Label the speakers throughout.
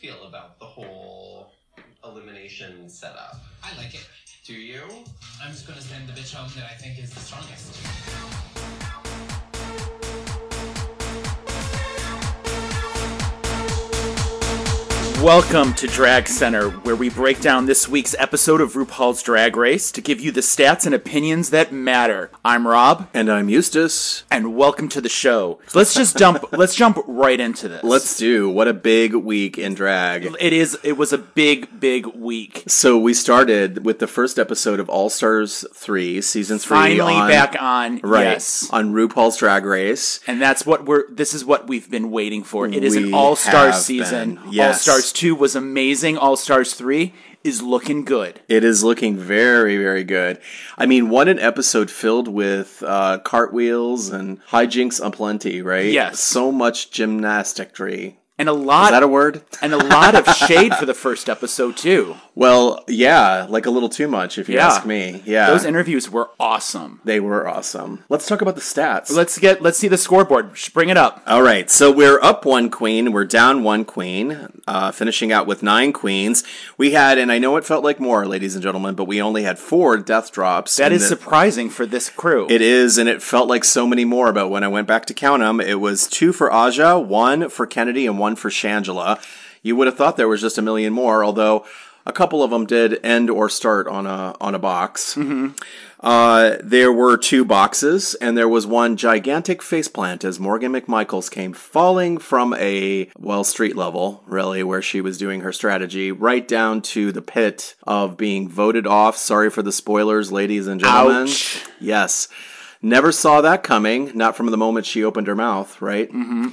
Speaker 1: feel about the whole elimination setup?
Speaker 2: I like it.
Speaker 1: Do you?
Speaker 2: I'm just gonna send the bitch home that I think is the strongest.
Speaker 3: Welcome to Drag Center, where we break down this week's episode of RuPaul's Drag Race to give you the stats and opinions that matter. I'm Rob,
Speaker 4: And I'm Eustace.
Speaker 3: and welcome to the show. So let's just jump. let's jump right into this.
Speaker 4: Let's do what a big week in drag.
Speaker 3: It is. It was a big, big week.
Speaker 4: So we started with the first episode of All Stars 3, season 3
Speaker 3: Finally
Speaker 4: on-
Speaker 3: back on.
Speaker 4: right
Speaker 3: Yes.
Speaker 4: on RuPaul's Drag Race.
Speaker 3: And that's what we're. This is what we've been waiting for. It is an
Speaker 4: We
Speaker 3: All Star
Speaker 4: have
Speaker 3: season.
Speaker 4: been,
Speaker 3: All
Speaker 4: yes.
Speaker 3: Stars two was amazing. All Stars three is looking good.
Speaker 4: It is looking very, very good. I mean, what an episode filled with uh, cartwheels and hijinks aplenty, right?
Speaker 3: Yes.
Speaker 4: So much gymnasticry.
Speaker 3: And a
Speaker 4: Is that
Speaker 3: lot.
Speaker 4: a word?
Speaker 3: and a lot of shade for the first episode too.
Speaker 4: Well, yeah, like a little too much, if you
Speaker 3: Yeah.
Speaker 4: ask me. Yeah.
Speaker 3: Those interviews were awesome.
Speaker 4: they were awesome. Let's talk about the stats.
Speaker 3: Let's get let's see the scoreboard. Sh- Bring it up.
Speaker 4: All right, so we're up one queen, we're down one queen, uh, finishing out with nine queens. We had, and I know it felt like more, ladies and gentlemen, but we only had four death drops.
Speaker 3: That
Speaker 4: and
Speaker 3: is
Speaker 4: the-
Speaker 3: surprising for this crew.
Speaker 4: It is, and it felt like so many more. But when I went back to count them, it was two for Aja, one for Kennedy, and one for Shangela. You would have thought there was just a million more, although a couple of them did end or start on a on a box. Uh, there were two boxes, and there was one gigantic faceplant as Morgan McMichaels came falling from a, well, street level, really, where she was doing her strategy, right down to the pit of being voted off. Sorry for the spoilers, ladies and gentlemen.
Speaker 3: Ouch.
Speaker 4: Yes. Never saw that coming, not from the moment she opened her mouth, right?
Speaker 3: Mm-hmm.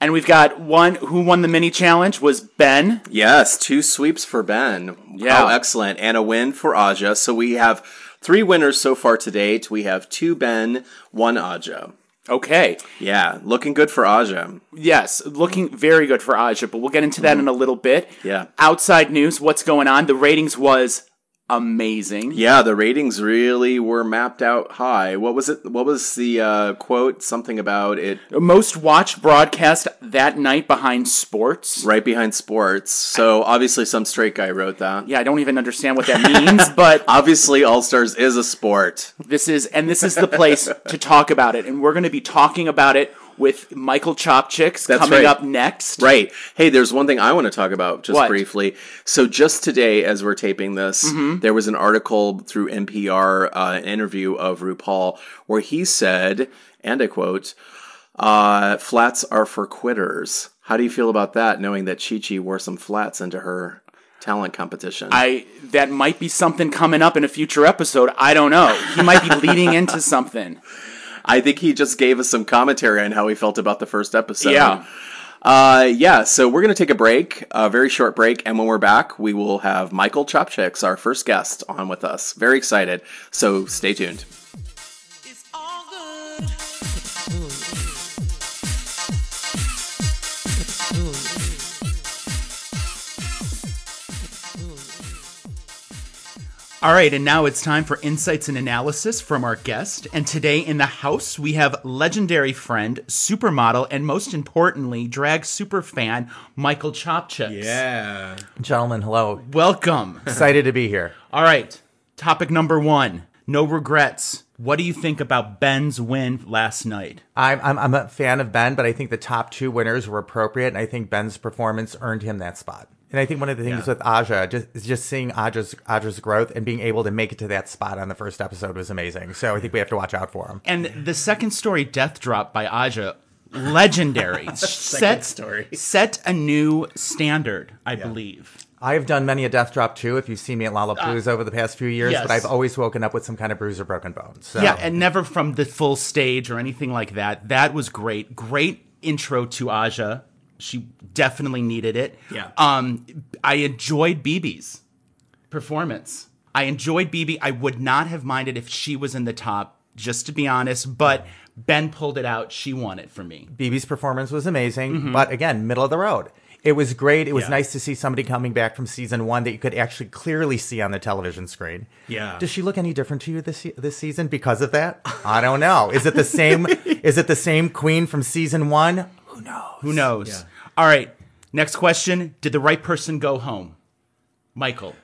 Speaker 3: and we've got one who won the mini challenge was Ben.
Speaker 4: Yes, two sweeps for Ben.
Speaker 3: Yeah.
Speaker 4: How excellent. And a win for Aja. So we have three winners so far to date. We have two Ben, one Aja.
Speaker 3: Okay.
Speaker 4: Yeah, looking good for Aja.
Speaker 3: Yes, looking very good for Aja, but we'll get into that in a little bit.
Speaker 4: Mm-hmm. Yeah.
Speaker 3: Outside news, what's going on? The ratings was amazing.
Speaker 4: Yeah, the ratings really were mapped out high. What was it? What was the uh, quote? Something about it
Speaker 3: Most watched broadcast that night behind sports.
Speaker 4: right behind sports. So obviously, some straight guy wrote that.
Speaker 3: Yeah, I don't even understand what that means, but
Speaker 4: Obviously, All Stars is a sport.
Speaker 3: This is and this is the place to talk about it, and we're going to be talking about it with Michael Chopchicks
Speaker 4: That's
Speaker 3: coming
Speaker 4: right.
Speaker 3: up next.
Speaker 4: Right. Hey, there's one thing I want to talk about just
Speaker 3: What?
Speaker 4: briefly. So, just today, as we're taping this, there was an article through NPR, uh, an interview of RuPaul, where he said, and I quote, uh, flats are for quitters. How do you feel about that, knowing that Chi Chi wore some flats into her talent competition?
Speaker 3: I that might be something coming up in a future episode. I don't know. He might be leading into something.
Speaker 4: I think he just gave us some commentary on how he felt about the first episode.
Speaker 3: Yeah.
Speaker 4: Uh, yeah, so we're going to take a break, a very short break, and when we're back, we will have Michael Chopchicks, our first guest, on with us. Very excited, so stay tuned.
Speaker 5: It's all good.
Speaker 3: All right, and now it's time for insights and analysis from our guest. And today in the house, we have legendary friend, supermodel, and most importantly, drag superfan Michael Chopchicks.
Speaker 6: Yeah.
Speaker 7: Gentlemen, hello.
Speaker 3: Welcome.
Speaker 7: Excited to be here.
Speaker 3: All right. Topic number one no regrets. What do you think about Ben's win last night?
Speaker 7: I'm, I'm I'm a fan of Ben, but I think the top two winners were appropriate, and I think Ben's performance earned him that spot. And I think one of the things with Aja just is just seeing Aja's Aja's growth and being able to make it to that spot on the first episode was amazing. So I think we have to watch out for him.
Speaker 3: And the second story death drop by Aja, legendary. set,
Speaker 6: story.
Speaker 3: set a new standard, I believe.
Speaker 7: I have done many a death drop too. If you've seen me at Lollapalooza over the past few years,
Speaker 3: yes.
Speaker 7: but I've always woken up with some kind of bruise or broken bone. So
Speaker 3: Yeah, and never from the full stage or anything like that. That was great. Great intro to Aja. She definitely needed it.
Speaker 6: Yeah.
Speaker 3: Um, I enjoyed BB's performance. I enjoyed BB. I would not have minded if she was in the top, just to be honest. But Ben pulled it out. She won it for me.
Speaker 7: BB's performance was amazing, but again, middle of the road. It was great. It was nice to see somebody coming back from season one that you could actually clearly see on the television screen.
Speaker 6: Yeah.
Speaker 7: Does she look any different to you this se- this season because of that? I don't know. Is it the same? is it the same queen from season one? Who knows?
Speaker 3: Who knows? All right. Next question Did the right person go home? Michael.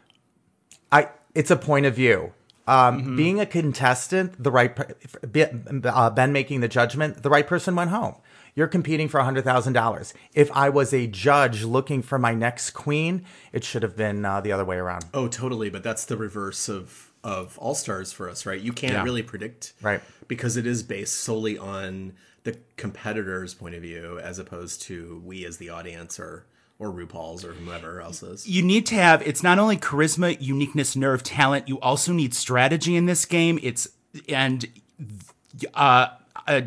Speaker 7: I it's a point of view. Um, Being a contestant, the right per- be- uh, Ben making the judgment, the right person went home. You're competing for hundred thousand dollars. If I was a judge looking for my next queen, it should have been uh, the other way around.
Speaker 4: Oh, totally. But that's the reverse of of All Stars for us, right? You can't
Speaker 3: Yeah.
Speaker 4: really predict,
Speaker 7: Right.
Speaker 4: Because it is based solely on the competitor's point of view, as opposed to we as the audience or or RuPaul's or whomever else is.
Speaker 3: You need to have it's not only charisma, uniqueness, nerve, talent, you also need strategy in this game. It's and uh, uh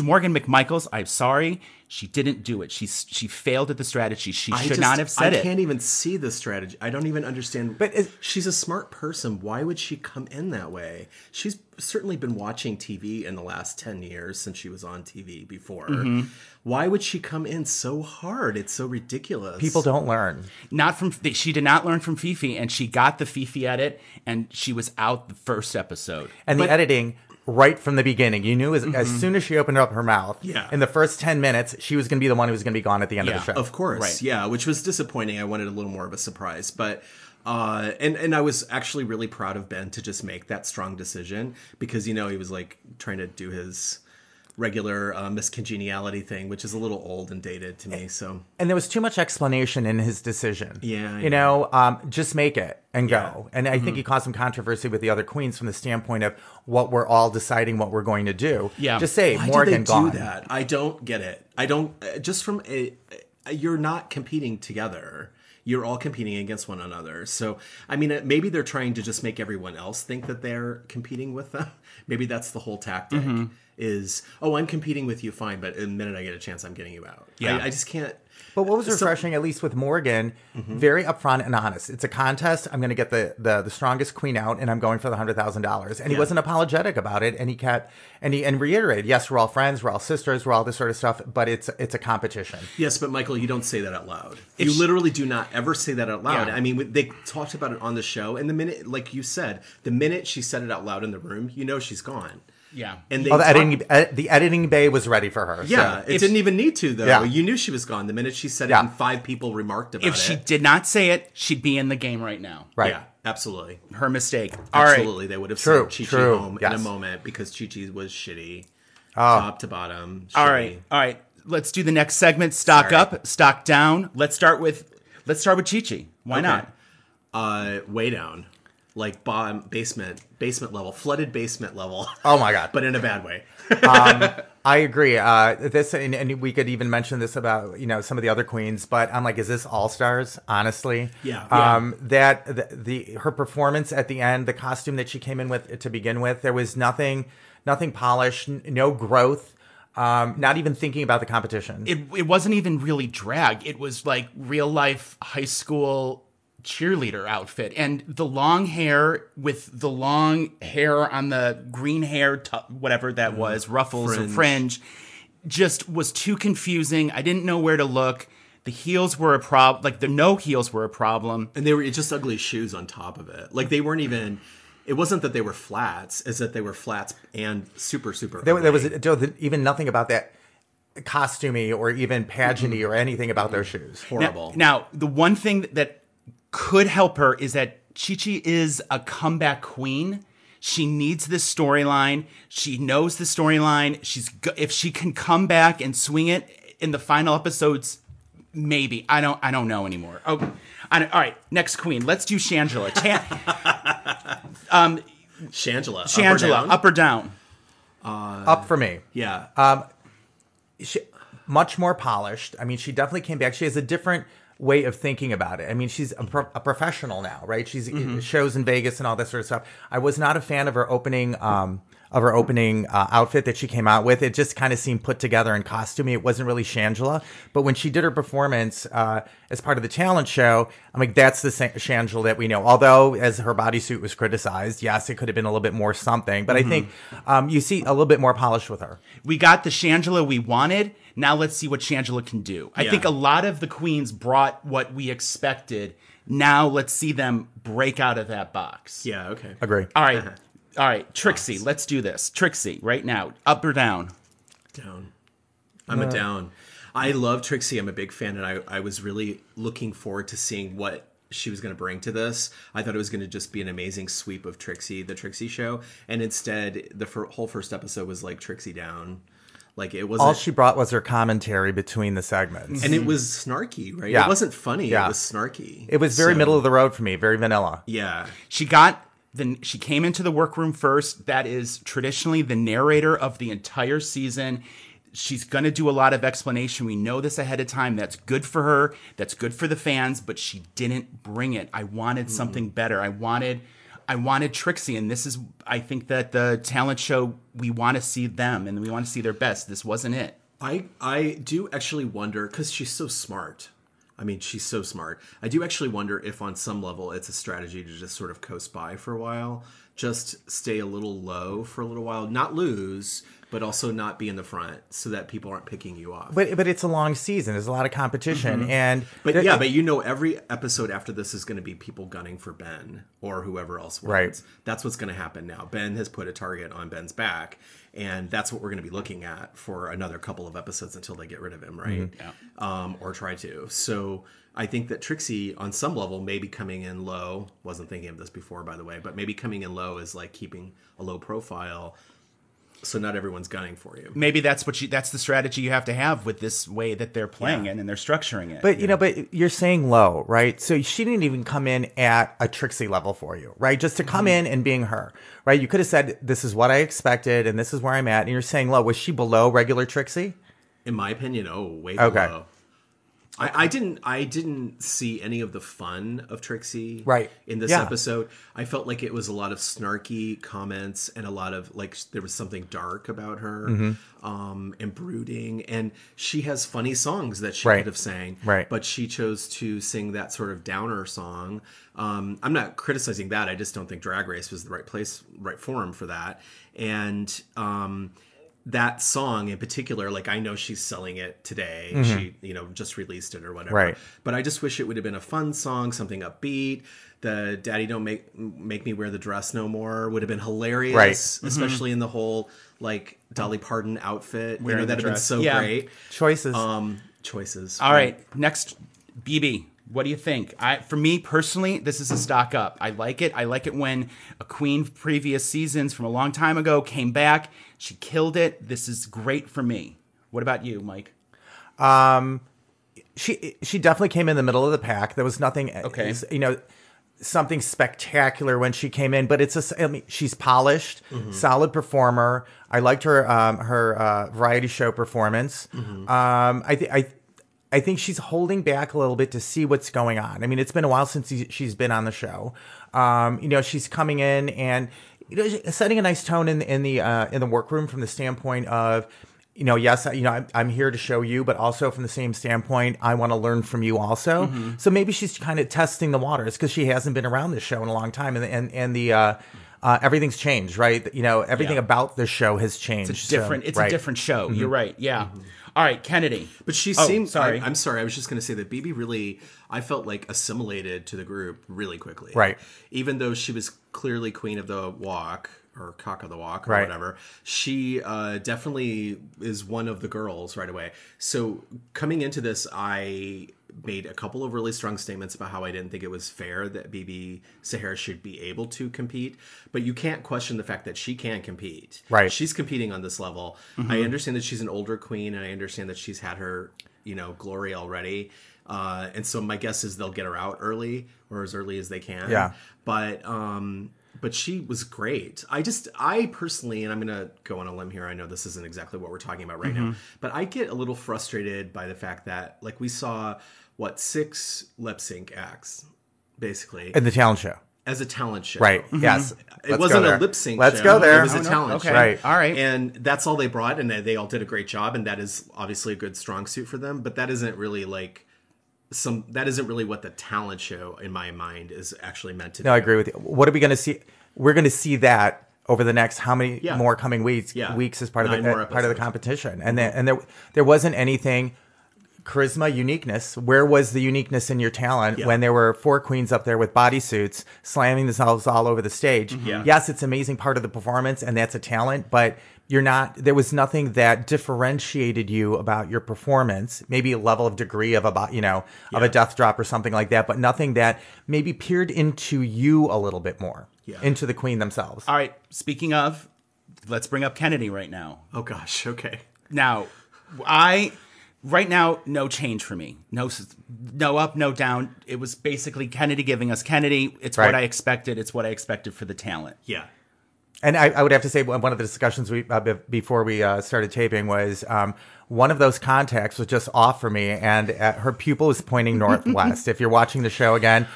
Speaker 3: Morgan McMichaels, I'm sorry, she didn't do it. She she failed at the strategy. She should
Speaker 4: just-
Speaker 3: not have said
Speaker 4: I
Speaker 3: it.
Speaker 4: can't even see the strategy. I don't even understand.
Speaker 7: But is-
Speaker 4: she's a smart person. Why would she come in that way? She's certainly been watching TV in the last ten years since she was on TV before.
Speaker 3: Mm-hmm.
Speaker 4: Why would she come in so hard? It's so ridiculous.
Speaker 7: People don't learn.
Speaker 3: not from she did not learn from Fifi, and she got the Fifi edit, and she was out the first episode.
Speaker 7: and the editing right from the beginning. You knew as, as soon as she opened up her mouth,
Speaker 4: Yeah.
Speaker 7: in the first 10 minutes, she was going to be the one who was going to be gone at the end of the
Speaker 3: Yeah.
Speaker 7: show.
Speaker 4: Of course,
Speaker 3: Right.
Speaker 4: yeah, which was disappointing. I wanted a little more of a surprise, but uh, and and I was actually really proud of Ben to just make that strong decision because you know he was like trying to do his regular uh, Miss Congeniality thing, which is a little old and dated to me. So
Speaker 7: and there was too much explanation in his decision.
Speaker 4: Yeah, I Mm-hmm.
Speaker 7: You know, um, just make it and go. And I think he caused some controversy with the other queens from the standpoint of what we're all deciding what we're going to do.
Speaker 3: Yeah.
Speaker 7: Just say,
Speaker 4: why
Speaker 7: Morgan
Speaker 4: did they
Speaker 7: gone.
Speaker 4: do that? I don't get it. I don't uh, just from a, a- you're not competing together. You're all competing against one another. So, I mean, uh, maybe they're trying to just make everyone else think that they're competing with them. Maybe that's the whole tactic is, oh, I'm competing with you, fine, but the minute I get a chance, I'm getting you out.
Speaker 3: Yeah.
Speaker 4: I, I just can't.
Speaker 7: But what was refreshing, at least with Morgan,
Speaker 4: Mm-hmm.
Speaker 7: very upfront and honest. It's a contest. I'm going to get the, the the strongest queen out, and I'm going for the hundred thousand dollars. And he wasn't apologetic about it, and he kept and he and reiterated, yes, we're all friends, we're all sisters, we're all this sort of stuff. But it's it's a competition.
Speaker 4: Yes, but Michael, you don't say that out loud. you literally do not ever say that out loud.
Speaker 3: Yeah.
Speaker 4: I mean, they talked about it on the show, and the minute, like you said, the minute she said it out loud in the room, you know she's gone.
Speaker 3: Yeah.
Speaker 4: And they
Speaker 7: Oh, the
Speaker 4: talked-
Speaker 7: editing ed, the editing bay was ready for her. so-
Speaker 4: Yeah, it didn't even need to though.
Speaker 7: Yeah.
Speaker 4: You knew she was gone the minute she said it,
Speaker 7: Yeah.
Speaker 4: and five people remarked about
Speaker 3: If
Speaker 4: it.
Speaker 3: she did not say it, she'd be in the game right now.
Speaker 7: right.
Speaker 4: yeah, absolutely,
Speaker 3: Her mistake. All right.
Speaker 4: absolutely, they would have
Speaker 7: True,
Speaker 4: sent Chi Chi
Speaker 7: true,
Speaker 4: home in
Speaker 7: yes.
Speaker 4: a moment because Chi Chi was shitty, top to bottom. Shitty.
Speaker 3: All right. All right. Let's do the next segment. Stock
Speaker 4: Sorry.
Speaker 3: up, stock down. Let's start with let's start with Chi Chi. Why
Speaker 4: Okay.
Speaker 3: not?
Speaker 4: uh, way down, like bottom basement, basement level, flooded basement level,
Speaker 7: Oh my god.
Speaker 4: but in a bad way.
Speaker 7: I agree. Uh, this and, and we could even mention this about you know some of the other queens, but I'm like, is this all stars? Honestly,
Speaker 4: Yeah.
Speaker 7: Um, that the, the her performance at the end, the costume that she came in with to begin with, there was nothing, nothing polished, n- no growth, um, not even thinking about the competition.
Speaker 3: It it wasn't even really drag. It was like real life high school cheerleader outfit and the long hair with the long hair on the green hair tu whatever
Speaker 4: Mm-hmm.
Speaker 3: that was ruffles or fringe just was too confusing i didn't know where to look the heels were a problem like the no heels were a problem
Speaker 4: And they were just ugly shoes on top of it. Like they weren't even. It wasn't that they were flats; it's that they were flats and super super.
Speaker 7: there, there
Speaker 4: ugly.
Speaker 7: was there was even nothing about that costumey or even pageanty
Speaker 4: Mm-hmm.
Speaker 7: or anything about those shoes.
Speaker 4: horrible.
Speaker 3: Now, the one thing that could help her is that Chichi is a comeback queen. She needs this storyline. She knows the storyline. She's go- if she can come back and swing it in the final episodes, maybe I don't. I don't know anymore. Oh, I don't- all right. Next queen. Let's do Shangela. Ta-
Speaker 4: Shangela,
Speaker 3: Shangela,
Speaker 4: up or down?
Speaker 3: up or down?
Speaker 7: Up for me.
Speaker 4: yeah,
Speaker 7: Uh, she, much more polished. I mean, she definitely came back. She has a different way of thinking about it. I mean, she's a, pro- a professional now, right? She's uh, shows in Vegas and all that sort of stuff. I was not a fan of her opening um of her opening uh, outfit that she came out with. It just kind of seemed put together and costumey. It wasn't really Shangela. But when she did her performance uh, as part of the talent show, I'm like, that's the Sa- Shangela that we know. Although, as her bodysuit was criticized, yes, it could have been a little bit more something. But I think um, you see a little bit more polish with her.
Speaker 3: we got the Shangela we wanted. Now let's see what Shangela can do. I
Speaker 4: Yeah.
Speaker 3: think a lot of the queens brought what we expected. Now let's see them break out of that box.
Speaker 4: yeah, Uh-huh. okay.
Speaker 7: Agree.
Speaker 3: All right. All right, Trixie, let's do this. Trixie, right now, up or down?
Speaker 4: Down. I'm a down. I love Trixie. I'm a big fan, and I, I was really looking forward to seeing what she was going to bring to this. I thought it was going to just be an amazing sweep of Trixie, the Trixie show, and instead, the fir- whole first episode was like Trixie down. Like it wasn't
Speaker 7: All she brought was her commentary between the segments.
Speaker 4: and it was snarky, right?
Speaker 7: Yeah.
Speaker 4: It wasn't funny.
Speaker 7: Yeah.
Speaker 4: It was snarky.
Speaker 7: it was very
Speaker 4: So,
Speaker 7: middle of the road for me, very vanilla.
Speaker 4: Yeah.
Speaker 3: She got the she came into the workroom first. That is traditionally the narrator of the entire season. She's going to do a lot of explanation. We know this ahead of time. That's good for her. That's good for the fans, but she didn't bring it. I wanted something better. I wanted I wanted Trixie and this is I think that the talent show we want to see them and we want to see their best. This wasn't it.
Speaker 4: I I do actually wonder because she's so smart. I mean, she's so smart. I do actually wonder if, on some level, it's a strategy to just sort of coast by for a while, just stay a little low for a little while, not lose, but also not be in the front, so that people aren't picking you off.
Speaker 7: But but it's a long season. There's a lot of competition, and
Speaker 4: Mm-hmm. But yeah, but you know, every episode after this is going to be people gunning for Ben or whoever else wins.
Speaker 7: Right.
Speaker 4: That's what's going to happen now. Ben has put a target on Ben's back, and that's what we're going to be looking at for another couple of episodes until they get rid of him, right?
Speaker 7: Mm-hmm.
Speaker 4: Yeah. Um, or try to. So I think that Trixie, on some level, maybe coming in low. Wasn't thinking of this before, by the way, but maybe coming in low is like keeping a low profile, so not everyone's gunning for you.
Speaker 3: Maybe that's what you that's the strategy you have to have with this way that they're playing it and they're structuring it.
Speaker 7: But you know, but you're saying low, right? So she didn't even come in at a Trixie level for you, right? Just to come
Speaker 4: Mm-hmm.
Speaker 7: in and being her, right? You could have said, "This is what I expected, and this is where I'm at." And you're saying low. Was she below regular Trixie?
Speaker 4: in my opinion, oh way
Speaker 7: Okay.
Speaker 4: below. I, I didn't I didn't see any of the fun of Trixie
Speaker 7: Right.
Speaker 4: in this
Speaker 7: Yeah.
Speaker 4: episode. I felt like it was a lot of snarky comments and a lot of like there was something dark about her
Speaker 7: Mm-hmm.
Speaker 4: um, and brooding. And she has funny songs that she
Speaker 7: Right.
Speaker 4: could have sang,
Speaker 7: Right.
Speaker 4: But she chose to sing that sort of downer song. Um, I'm not criticizing that. I just don't think Drag Race was the right place, right forum for that. And um, that song in particular, like I know she's selling it today.
Speaker 3: Mm-hmm.
Speaker 4: She, you know, just released it or whatever.
Speaker 7: Right.
Speaker 4: But I just wish it would have been a fun song, something upbeat. The "Daddy Don't Make Make Me Wear the Dress No More" would have been hilarious,
Speaker 7: Right.
Speaker 4: especially in the whole like Dolly Parton outfit.
Speaker 3: Wearing
Speaker 4: you know,
Speaker 3: the
Speaker 4: that'd have been
Speaker 3: dress.
Speaker 4: so
Speaker 3: Yeah.
Speaker 4: great.
Speaker 7: Choices.
Speaker 4: Um, choices.
Speaker 3: All right, next, BB. What do you think? I, for me personally, this is a stock up. I like it. I like it when a queen of previous seasons from a long time ago came back. She killed it. This is great for me. What about you, Mike?
Speaker 7: she she definitely came in the middle of the pack. There was nothing, uh,
Speaker 3: Okay.
Speaker 7: you know, something spectacular when she came in. But it's a, s- I mean, she's polished, solid performer. I liked her um, her uh, variety show performance. Um, I thi- I. I think she's holding back a little bit to see what's going on. I mean, it's been a while since he- she's been on the show. Um, you know, she's coming in and you know, setting a nice tone in in the uh, in the workroom from the standpoint of you know, yes, I- you know, I'm, I'm here to show you, but also from the same standpoint, I want to learn from you also.
Speaker 3: Mm-hmm.
Speaker 7: So maybe she's kind of testing the waters because she hasn't been around this show in a long time, and and and the uh, uh, everything's changed, right? You know, everything
Speaker 3: Yeah.
Speaker 7: about this show has changed.
Speaker 3: It's different.
Speaker 7: So,
Speaker 3: It's
Speaker 7: right. Mm-hmm.
Speaker 3: a different show. You're right. Yeah. All right, Kennedy.
Speaker 4: But she
Speaker 3: Oh,
Speaker 4: seemed.
Speaker 3: sorry.
Speaker 4: I, am sorry. I was just going to say that BB really. I felt like assimilated to the group really quickly.
Speaker 7: Right.
Speaker 4: Even though she was clearly queen of the walk or cock of the walk or
Speaker 7: Right.
Speaker 4: whatever, she uh, definitely is one of the girls right away. So coming into this, I made a couple of really strong statements about how I didn't think it was fair that BB Sahara should be able to compete, but you can't question the fact that she can compete.
Speaker 7: Right.
Speaker 4: She's competing on this level. I
Speaker 7: Mm-hmm.
Speaker 4: understand that she's an older queen, and I understand that she's had her, you know, glory already. Uh, and so my guess is they'll get her out early or as early as they can.
Speaker 7: Yeah.
Speaker 4: But um, but she was great. I just I personally, and I'm gonna go on a limb here. I know this isn't exactly what we're talking about right now,
Speaker 7: Mm-hmm.
Speaker 4: but I get a little frustrated by the fact that like we saw what six lip sync acts basically
Speaker 7: in the talent show,
Speaker 4: as a talent show
Speaker 7: right? Yes,
Speaker 4: Mm-hmm. it
Speaker 7: Let's go
Speaker 4: wasn't a
Speaker 7: there.
Speaker 4: lip sync.
Speaker 7: Let's
Speaker 4: show.
Speaker 7: go there.
Speaker 4: It was a talent
Speaker 3: Okay.
Speaker 4: show.
Speaker 7: Right.
Speaker 3: All right.
Speaker 4: And that's all they brought, and they all did a great job, and that is obviously a good strong suit for them. But that isn't really like some. That isn't really what the talent show, in my mind, is actually meant to.
Speaker 7: No, I
Speaker 4: do.
Speaker 7: agree with you. What are we going to see? We're going to see that over the next how many
Speaker 4: Yeah.
Speaker 7: more coming weeks?
Speaker 4: Yeah.
Speaker 7: Weeks as part of
Speaker 4: Nine
Speaker 7: the
Speaker 4: more
Speaker 7: uh, part
Speaker 4: episodes.
Speaker 7: of the
Speaker 4: Mm-hmm.
Speaker 7: competition, and then, and there there wasn't anything charisma, uniqueness. Where was the uniqueness in your talent
Speaker 4: Yeah.
Speaker 7: when there were four queens up there with bodysuits slamming themselves all over the stage?
Speaker 4: Mm-hmm. Yeah.
Speaker 7: Yes, it's an amazing part of the performance, and that's a talent, but You're not. There was nothing that differentiated you about your performance. Maybe a level of degree of about you know of a death drop or something like that, but nothing that maybe peered into you a little bit more.
Speaker 4: Yeah.
Speaker 7: Into the queen themselves.
Speaker 3: All right. Speaking of, let's bring up Kennedy right now.
Speaker 4: Oh gosh. Okay.
Speaker 3: Now, I right now no change for me. No, s- no up, no down. It was basically Kennedy giving us Kennedy. It's what
Speaker 7: Right.
Speaker 3: I expected. It's what I expected for the talent.
Speaker 4: Yeah.
Speaker 7: And I, I would have to say one one of the discussions we uh, be- before we uh, started taping was um, one of those contacts was just off for me, and uh, her pupil was pointing northwest. if you're watching the show again,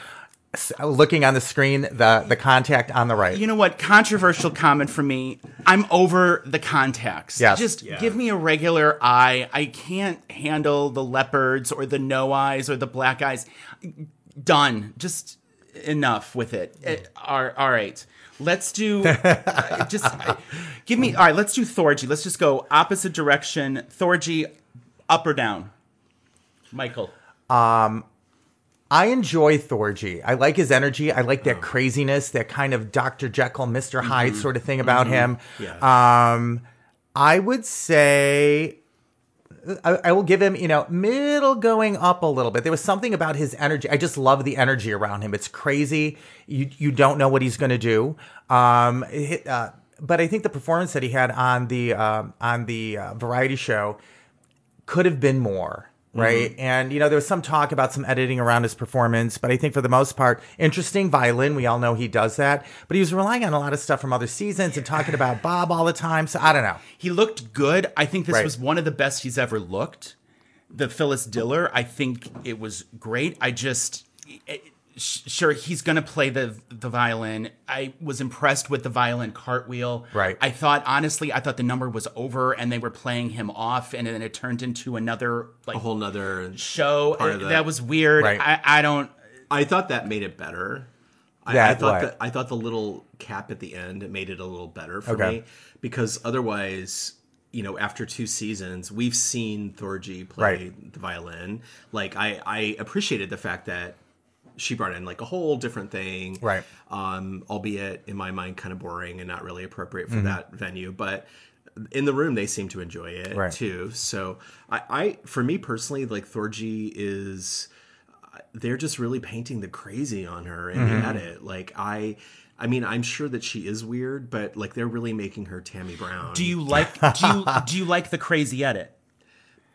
Speaker 7: s- uh, looking on the screen, the the contact on the right.
Speaker 3: You know what? Controversial comment from me. I'm over the contacts.
Speaker 7: Yes.
Speaker 3: Just
Speaker 4: Yeah.
Speaker 3: give me a regular eye. I can't handle the leopards or the no eyes or the black eyes. Done. Just enough with it. It- all- all right. Let's do uh, just uh, give me all right, let's do Thorgy. Let's just go opposite direction. Thorgy up or down? Michael.
Speaker 7: I enjoy Thorgy. I like his energy. I like that craziness, that kind of Dr. Jekyll, mister Hyde sort of thing about him.
Speaker 4: Yeah.
Speaker 7: Um, I would say I, I will give him, you know, middle going up a little bit. There was something about his energy. I just love the energy around him. It's crazy. You you don't know what he's going to do. Um, it- uh, but I think the performance that he had on the um on the uh, variety show could have been more right and you know there was some talk about some editing around his performance but i think for the most part interesting violin we all know he does that but he was relying on a lot of stuff from other seasons and talking about bob all the time so i don't know
Speaker 3: He looked good. I think this
Speaker 7: Right.
Speaker 3: was one of the best he's ever looked. The Phyllis Diller, I think it was great. I just it- sh- sure he's going to play the the violin. I was impressed with the violin cartwheel.
Speaker 7: Right.
Speaker 3: I thought honestly, I thought the number was over and they were playing him off and then it turned into another like
Speaker 4: A whole nother.
Speaker 3: show.
Speaker 4: part of
Speaker 3: It-
Speaker 4: the-
Speaker 3: that was weird.
Speaker 7: Right.
Speaker 3: I I don't
Speaker 4: I thought that made it better. I, I
Speaker 7: That
Speaker 4: thought
Speaker 7: what?
Speaker 4: that I thought the little cap at the end made it a little better for
Speaker 7: Okay.
Speaker 4: me because otherwise, you know, after two seasons, we've seen Thorgy play
Speaker 7: Right.
Speaker 4: the violin. Like I, I appreciated the fact that she brought in like a whole different thing,
Speaker 7: Right.
Speaker 4: Um, albeit in my mind, kind of boring and not really appropriate for
Speaker 7: Mm-hmm.
Speaker 4: that venue, but. In the room, they seem to enjoy it
Speaker 7: Right.
Speaker 4: too. So, I, I, for me personally, like Thorgy is, they're just really painting the crazy on her in
Speaker 3: Mm-hmm.
Speaker 4: the edit. Like I, I mean, I'm sure that she is weird, but like they're really making her Tammy Brown.
Speaker 3: do you like do you do you like the crazy edit?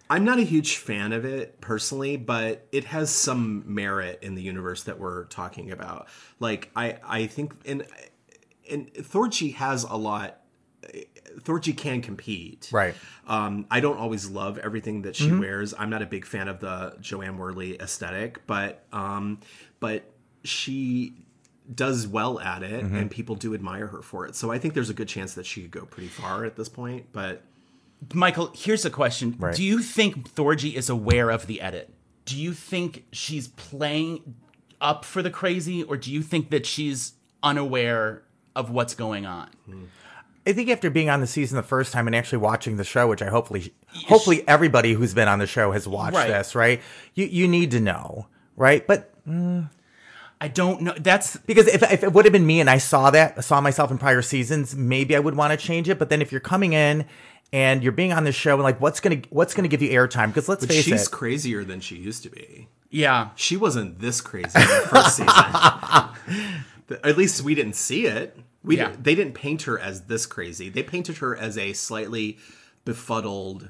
Speaker 4: I'm not a huge fan of it personally, but it has some merit in the universe that we're talking about. Like I, I think, and and Thorgy has a lot. Thorgy can compete,
Speaker 7: Right.
Speaker 4: Um, I don't always love everything that
Speaker 7: Mm-hmm.
Speaker 4: she wears. I'm not a big fan of the Joanne Worley aesthetic, but um, but she does well at it,
Speaker 7: Mm-hmm.
Speaker 4: and people do admire her for it. So I think there's a good chance that she could go pretty far at this point. But
Speaker 3: Michael, here's a question. Do you think Thorgy is aware of the edit? Do you think she's playing up for the crazy, or do you think that she's unaware of what's going on?
Speaker 7: i think after being on the season the first time and actually watching the show which i hopefully hopefully everybody who's been on the show has watched
Speaker 3: Right.
Speaker 7: this right you you need to know right but
Speaker 3: I don't know. That's
Speaker 7: Because if, if it would have been me and I saw that, saw myself in prior seasons, maybe I would want to change it. But then if you're coming in and you're being on the show and like, what's gonna what's gonna give you airtime? Because let's face
Speaker 4: she's
Speaker 7: it,
Speaker 4: crazier than she used to be.
Speaker 3: yeah.
Speaker 4: she wasn't this crazy in the first season. At least we didn't see it. We
Speaker 3: Yeah.
Speaker 4: they didn't paint her as this crazy. They painted her as a slightly befuddled,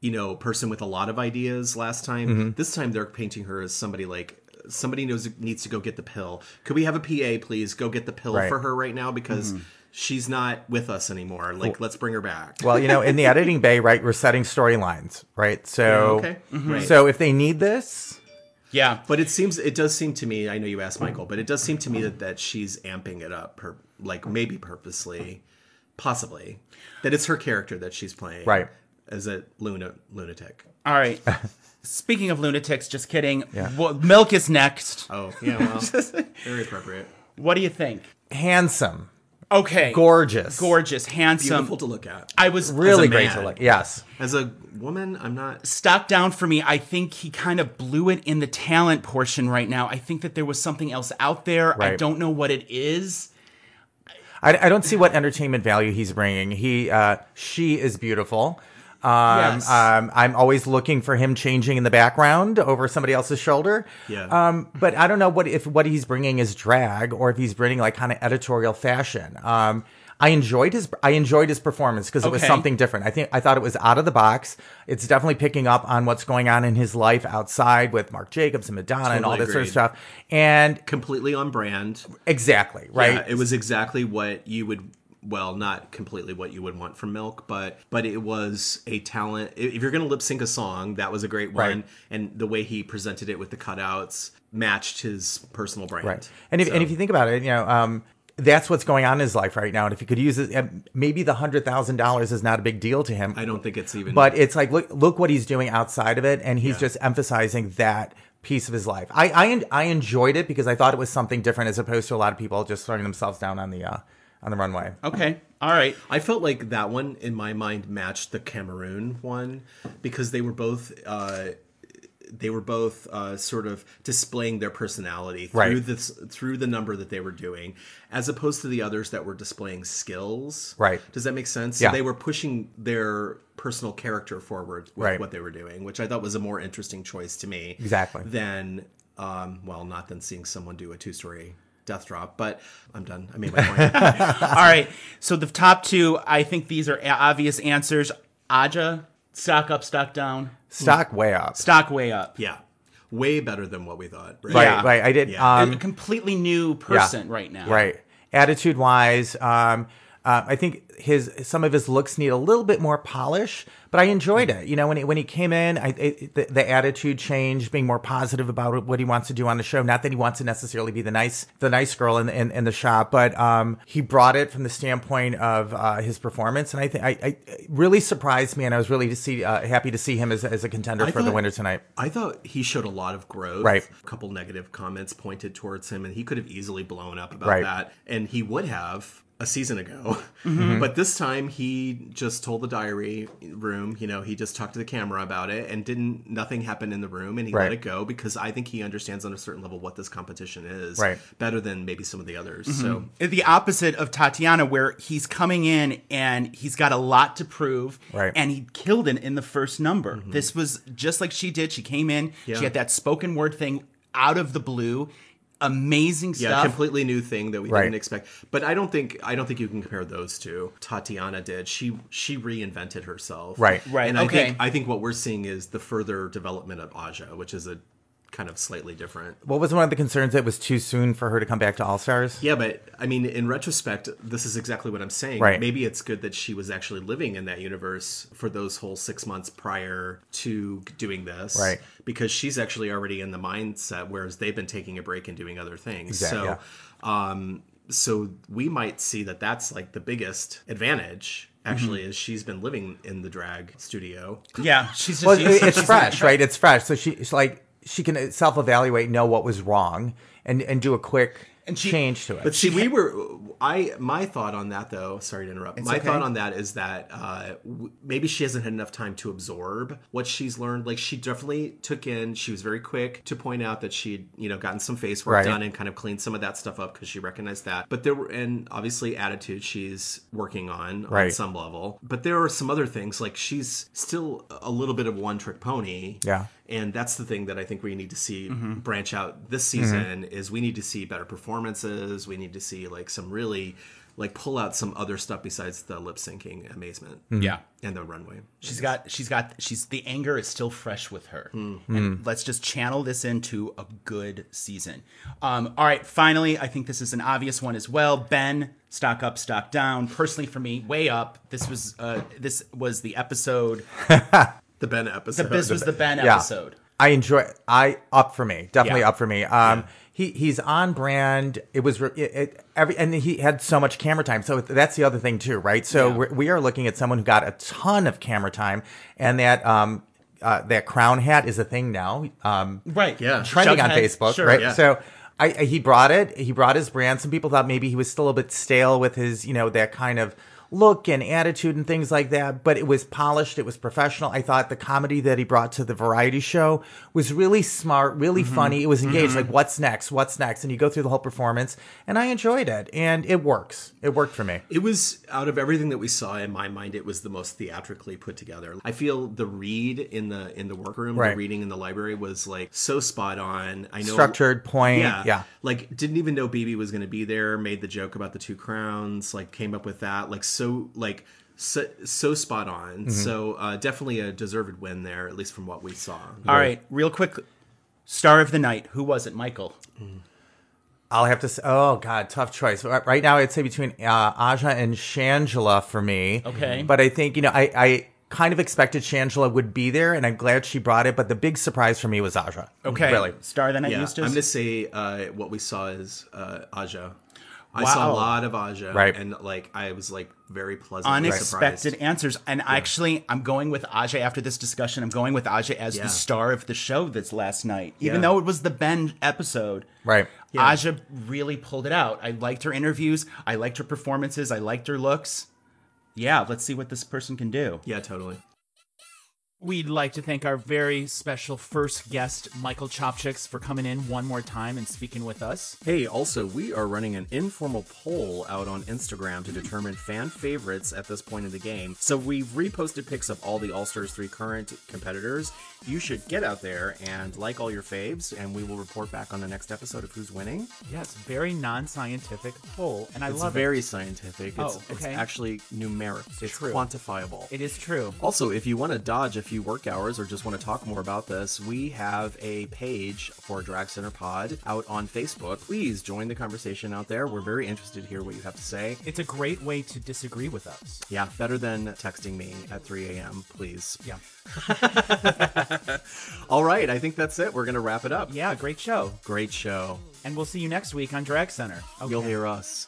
Speaker 4: you know, person with a lot of ideas last time.
Speaker 7: Mm-hmm.
Speaker 4: This time they're painting her as somebody like somebody knows needs to go get the pill. Could we have a PA please go get the pill
Speaker 7: Right. Mm-hmm.
Speaker 4: for her right now because she's not with us anymore. Like let's bring her back.
Speaker 7: well, you know, in the editing bay, right, we're setting storylines, right? So,
Speaker 4: okay. Right.
Speaker 7: mm-hmm. so if they need this,
Speaker 3: Yeah.
Speaker 4: But it seems it does seem to me. I know you asked Michael, but it does seem to me that that she's amping it up, per, like maybe purposely, possibly, that it's her character that she's playing,
Speaker 7: Right.
Speaker 4: As a luna, lunatic.
Speaker 3: All right. Speaking of lunatics, just kidding. Well, Milk is next.
Speaker 4: Oh yeah, well, very appropriate.
Speaker 3: What do you think?
Speaker 7: handsome,
Speaker 3: Okay.
Speaker 7: gorgeous,
Speaker 3: Gorgeous, handsome.
Speaker 4: Beautiful to look at.
Speaker 3: I was
Speaker 7: really
Speaker 4: as a
Speaker 7: great
Speaker 4: man.
Speaker 7: to look. Yes,
Speaker 4: As a woman, I'm not.
Speaker 3: stock down for me. I think he kind of blew it in the talent portion right now. I think that there was something else out there. I
Speaker 7: Right.
Speaker 3: don't know what it is.
Speaker 7: I, I don't see what entertainment value he's bringing. He, uh, she is beautiful. Um,
Speaker 3: Yes.
Speaker 7: um, I'm always looking for him changing in the background over somebody else's shoulder.
Speaker 4: Yeah.
Speaker 7: Um, but I don't know what if what he's bringing is drag or if he's bringing like kind of editorial fashion. Um, I enjoyed his I enjoyed his performance because it was
Speaker 3: Okay.
Speaker 7: something different. I think I thought it was out of the box. It's definitely picking up on what's going on in his life outside with Mark Jacobs and Madonna and all
Speaker 4: Totally
Speaker 7: that sort of
Speaker 4: agreed.
Speaker 7: stuff. And
Speaker 4: completely on brand.
Speaker 7: exactly right.
Speaker 4: Yeah, it was exactly what you would well, not completely what you would want from Milk, but but it was a talent. i- If you're going to lip sync a song, that was a great one,
Speaker 7: Right.
Speaker 4: and the way he presented it with the cutouts matched his personal brand.
Speaker 7: Right. And if, and if you think about it, you know, um, that's what's going on in his life right now. And if he could use it, and maybe the hundred thousand dollars is not a big deal to him.
Speaker 4: I don't think it's even.
Speaker 7: but it's like look look what he's doing outside of it, and he's just emphasizing that piece of his life. I I en- I enjoyed it because I thought it was something different as opposed to a lot of people just throwing themselves down on the uh, on the runway.
Speaker 3: Okay. All right.
Speaker 4: I felt like that one in my mind matched the Cameroon one because they were both uh, they were both uh, sort of displaying their personality through
Speaker 7: Right.
Speaker 4: this through the number that they were doing, as opposed to the others that were displaying skills.
Speaker 7: Right.
Speaker 4: Does that make sense?
Speaker 7: Yeah.
Speaker 4: So they were pushing their personal character forward with
Speaker 7: Right.
Speaker 4: what they were doing, which I thought was a more interesting choice to me.
Speaker 7: Exactly.
Speaker 4: Than um, well, not than seeing someone do a two story death drop, but I'm done. I made my point.
Speaker 3: All right. So the top two, I think these are a- obvious answers. Aja, stock up, stock down,
Speaker 7: Stock way up.
Speaker 3: stock way up.
Speaker 4: Yeah. Way better than what we thought.
Speaker 7: Right,
Speaker 3: Yeah.
Speaker 7: right. I did.
Speaker 4: Yeah.
Speaker 7: Um,
Speaker 3: a completely new person right now.
Speaker 7: Right. Attitude wise, um, uh, I think his some of his looks need a little bit more polish, but I enjoyed it. You know, when he when he came in, I, I the, the attitude change, being more positive about what he wants to do on the show. Not that he wants to necessarily be the nice the nice girl in in, in the shop, but um, he brought it from the standpoint of uh, his performance, and I think I, I it really surprised me, and I was really to see uh, happy to see him as, as a contender
Speaker 4: I
Speaker 7: for the
Speaker 4: thought-
Speaker 7: winner tonight.
Speaker 4: I thought he showed a lot of growth.
Speaker 7: Right.
Speaker 4: A couple negative comments pointed towards him, and he could have easily blown up about
Speaker 7: Right.
Speaker 4: that. And he would have a season ago.
Speaker 7: Mm-hmm.
Speaker 4: But this time he just told the diary room, you know, he just talked to the camera about it and didn't, nothing happened in the room and he
Speaker 7: Right.
Speaker 4: let it go because I think he understands on a certain level what this competition is
Speaker 7: Right. Mm-hmm.
Speaker 4: better than maybe some of the others. So
Speaker 3: The opposite of Tatiana, where he's coming in and he's got a lot to prove,
Speaker 7: Right. Mm-hmm.
Speaker 3: and he killed it in the first number. This was just like she did. She came in,
Speaker 4: Yeah.
Speaker 3: she had that spoken word thing out of the blue, amazing
Speaker 4: Yeah,
Speaker 3: stuff.
Speaker 4: completely new thing that we
Speaker 7: Right.
Speaker 4: didn't expect. But I don't think I don't think you can compare those two. Tatiana did. She she reinvented herself.
Speaker 7: Right.
Speaker 3: Right,
Speaker 4: And I
Speaker 3: okay.
Speaker 4: think I think what we're seeing is the further development of Aja, which is a kind of slightly different.
Speaker 7: What was one of the concerns? It was too soon for her to come back to All Stars.
Speaker 4: Yeah, but I mean, in retrospect, this is exactly what I'm saying.
Speaker 7: Right.
Speaker 4: Maybe it's good that she was actually living in that universe for those whole six months prior to doing this.
Speaker 7: Right.
Speaker 4: Because she's actually already in the mindset, whereas they've been taking a break and doing other things.
Speaker 7: Exactly,
Speaker 4: So, um, so we might see that that's like the biggest advantage. Actually,
Speaker 7: Mm-hmm.
Speaker 4: is she's been living in the drag studio.
Speaker 3: yeah, she's just
Speaker 7: well,
Speaker 3: used
Speaker 7: it-
Speaker 3: to-
Speaker 7: it's
Speaker 3: she's
Speaker 7: fresh, right? It's fresh. So she, she's like she can self evaluate, know what was wrong, and and do a quick
Speaker 3: she-
Speaker 7: change to it.
Speaker 4: But see, we were. I my thought on that though. Sorry to interrupt. my
Speaker 3: okay.
Speaker 4: thought on that is that uh, w- maybe she hasn't had enough time to absorb what she's learned. Like she definitely took in. She was very quick to point out that she'd you know gotten some face work
Speaker 7: Right.
Speaker 4: done and kind of cleaned some of that stuff up because she recognized that. But there were and obviously attitude she's working on on
Speaker 7: Right.
Speaker 4: some level. But there are some other things like she's still a little bit of one trick pony.
Speaker 7: Yeah.
Speaker 4: And that's the thing that I think we need to see branch out this season is we need to see better performances. We need to see like some really like pull out some other stuff besides the lip syncing amazement
Speaker 3: Yeah.
Speaker 4: and the runway.
Speaker 3: She's got she's got she's the anger is still fresh with her.
Speaker 4: Hmm.
Speaker 3: And let's just channel this into a good season. Um, all right, finally, I think this is an obvious one as well. Ben, stock up, stock down. Personally for me, way up. This was uh this was the episode
Speaker 4: The Ben episode.
Speaker 3: this was the Ben
Speaker 7: Yeah.
Speaker 3: episode.
Speaker 7: I enjoy. I up for me, definitely
Speaker 3: Yeah.
Speaker 7: up for me. Um, he he's on brand. It was re- it, it, every, and he had so much camera time. So that's the other thing too, right? So we're, we are looking at someone who got a ton of camera time, and that um. Uh, that crown hat is a thing now. Um,
Speaker 3: Right.
Speaker 4: Yeah.
Speaker 7: trending on
Speaker 3: Jughead,
Speaker 7: Facebook,
Speaker 3: sure,
Speaker 7: right?
Speaker 4: yeah.
Speaker 7: So I, I- he brought it. He brought his brand. Some people thought maybe he was still a bit stale with his, you know, that kind of look and attitude and things like that, but it was polished, it was professional. I thought the comedy that he brought to the variety show was really smart, really
Speaker 4: Mm-hmm.
Speaker 7: funny. It was engaged, like, what's next? What's next? And you go through the whole performance, and I enjoyed it, and it works. It worked for me.
Speaker 4: It was out of everything that we saw in my mind. It was the most theatrically put together. I feel the read in the in the workroom,
Speaker 7: Right.
Speaker 4: the reading in the library was like so spot on. I know
Speaker 7: Structured, point.
Speaker 4: Yeah,
Speaker 7: yeah.
Speaker 4: Like didn't even know BB was going to be there. Made the joke about the two crowns. Like came up with that. Like so like. So, so spot on. So uh, definitely a deserved win there, at least from what we saw.
Speaker 3: All right, real quick. Star of the night. Who was it? Michael.
Speaker 7: I'll have to say, oh god, tough choice. Right right now, I'd say between uh, Aja and Shangela for me.
Speaker 3: Okay.
Speaker 7: but I think you know, I I kind of expected Shangela would be there, and I'm glad she brought it. But the big surprise for me was Aja.
Speaker 3: Okay.
Speaker 7: really.
Speaker 3: Star of the night.
Speaker 4: Yeah,
Speaker 3: Eustace.
Speaker 4: I'm going to say uh, what we saw is uh, Aja. I saw
Speaker 3: Wow.
Speaker 4: a lot of Aja,
Speaker 7: Right.
Speaker 4: and like I was like very pleasantly
Speaker 3: unexpected
Speaker 4: surprised.
Speaker 3: answers. And actually, I'm going with Aja after this discussion. I'm going with Aja as
Speaker 4: Yeah.
Speaker 3: the star of the show this last night, even
Speaker 4: Yeah.
Speaker 3: though it was the Ben episode.
Speaker 7: Right.
Speaker 3: Aja really pulled it out. I liked her interviews. I liked her performances. I liked her looks. Yeah, let's see what this person can do.
Speaker 4: Yeah, totally.
Speaker 8: We'd like to thank our very special first guest, Michael Chopchicks, for coming in one more time and speaking with us.
Speaker 4: Hey, also, we are running an informal poll out on Instagram to determine fan favorites at this point in the game. So we've reposted pics of all the All Stars 3 current competitors. You should get out there and like all your faves, and we will report back on the next episode of who's winning.
Speaker 8: Yes, very non scientific poll, and I
Speaker 4: it's
Speaker 8: love
Speaker 4: very scientific. It's,
Speaker 8: Oh,
Speaker 4: it's
Speaker 8: okay.
Speaker 4: actually numeric. It's
Speaker 8: True.
Speaker 4: quantifiable.
Speaker 8: it. It is true.
Speaker 4: Also, if you want to dodge a few work hours or just want to talk more about this, we have a page for Drag Center Pod out on Facebook. Please join the conversation out there. We're very interested to hear what you have to say.
Speaker 8: It's a great way to disagree with us.
Speaker 4: Yeah, better than texting me at 3 a.m., please.
Speaker 8: Yeah.
Speaker 4: All right, I think that's it. We're going to wrap it up.
Speaker 8: Yeah, great show.
Speaker 4: Great show.
Speaker 8: And we'll see you next week on Drag Center. Okay.
Speaker 4: You'll hear us.